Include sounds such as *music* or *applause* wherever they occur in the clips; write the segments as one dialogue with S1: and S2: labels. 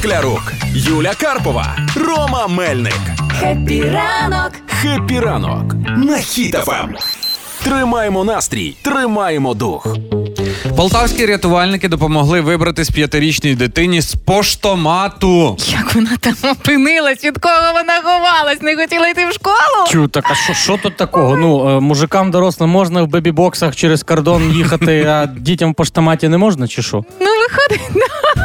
S1: Шклярук, Юля Карпова, Рома Мельник.
S2: Хеппі ранок!
S1: Хеппі ранок на хітафам. Тримаємо настрій, тримаємо дух.
S3: Полтавські рятувальники допомогли вибратись п'ятирічній дитині з поштомату.
S4: Як вона там опинилась, від кого вона ховалась, не хотіла йти в школу?
S5: Чу, так а що, що тут такого? Ну, е, мужикам дорослим можна в бебі-боксах через кордон їхати, а дітям в поштоматі не можна, чи що?
S4: Ну, виходить, да.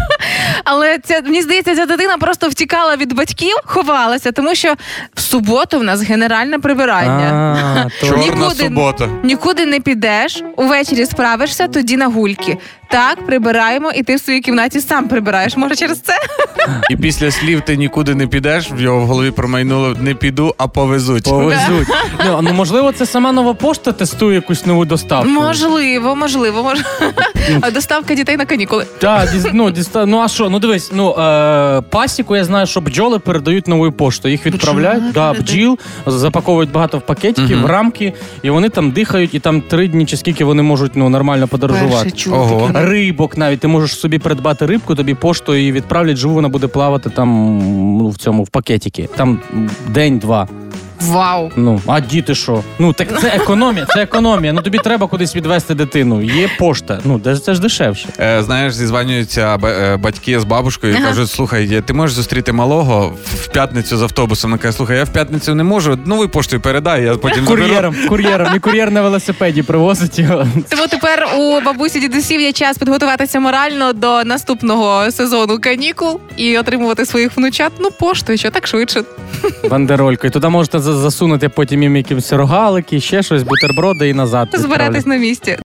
S4: але ця, мені здається, ця дитина просто втікала від батьків, ховалася, тому що в суботу в нас генеральне прибирання.
S5: А, то-
S3: Чорна субота.
S4: нікуди не підеш, увечері справишся, тоді на гульки. Так, прибираємо, і ти в своїй кімнаті сам прибираєш. Може, через це?
S3: І після слів ти нікуди не підеш, в його в голові промайнуло не піду, а повезуть.
S5: Повезуть. Ну, ну можливо, це сама нова пошта тестує якусь нову доставку.
S4: Можливо, можливо, *laughs* можливо.
S3: Ну.
S4: А доставка дітей на канікули.
S5: Та, діз- ну, діста... ну а що? Ну дивись, ну е... пасіку я знаю, що бджоли передають новою поштою. Їх відправляють, да,
S4: передають.
S5: бджіл, запаковують багато в пакетики, в рамки, і вони там дихають, і там три дні чи скільки вони можуть ну, нормально подорожувати.
S4: чую
S3: Ого.
S4: таке.
S5: Рибок навіть ти можеш собі придбати рибку, тобі поштою її відправлять, живу вона буде плавати там ну, в цьому в пакетики. Там м, день-два.
S4: Вау.
S5: Ну а діти що? Ну так це економія, це економія. Ну тобі треба кудись відвести дитину. Є пошта. Ну де ж- це ж дешевше.
S3: Е, знаєш, зізванюються ба- е, батьки з бабушкою і кажуть: слухай, я- ти можеш зустріти малого в п'ятницю з автобусом. Вона каже, слухай, я в п'ятницю не можу, новою поштою передай, я потім заберу.
S5: Кур'єром, кур'єром. І кур'єр на велосипеді привозить його.
S4: Тому тепер у бабусі дідусів є час підготуватися морально до наступного сезону канікул і отримувати своїх внучат. Ну поштою, що так швидше.
S5: Бандеролькою. Туди можете за- засунути потім їм якісь рогалики, ще щось, бутерброди і назад. відправляти.
S4: Збиратись на місці.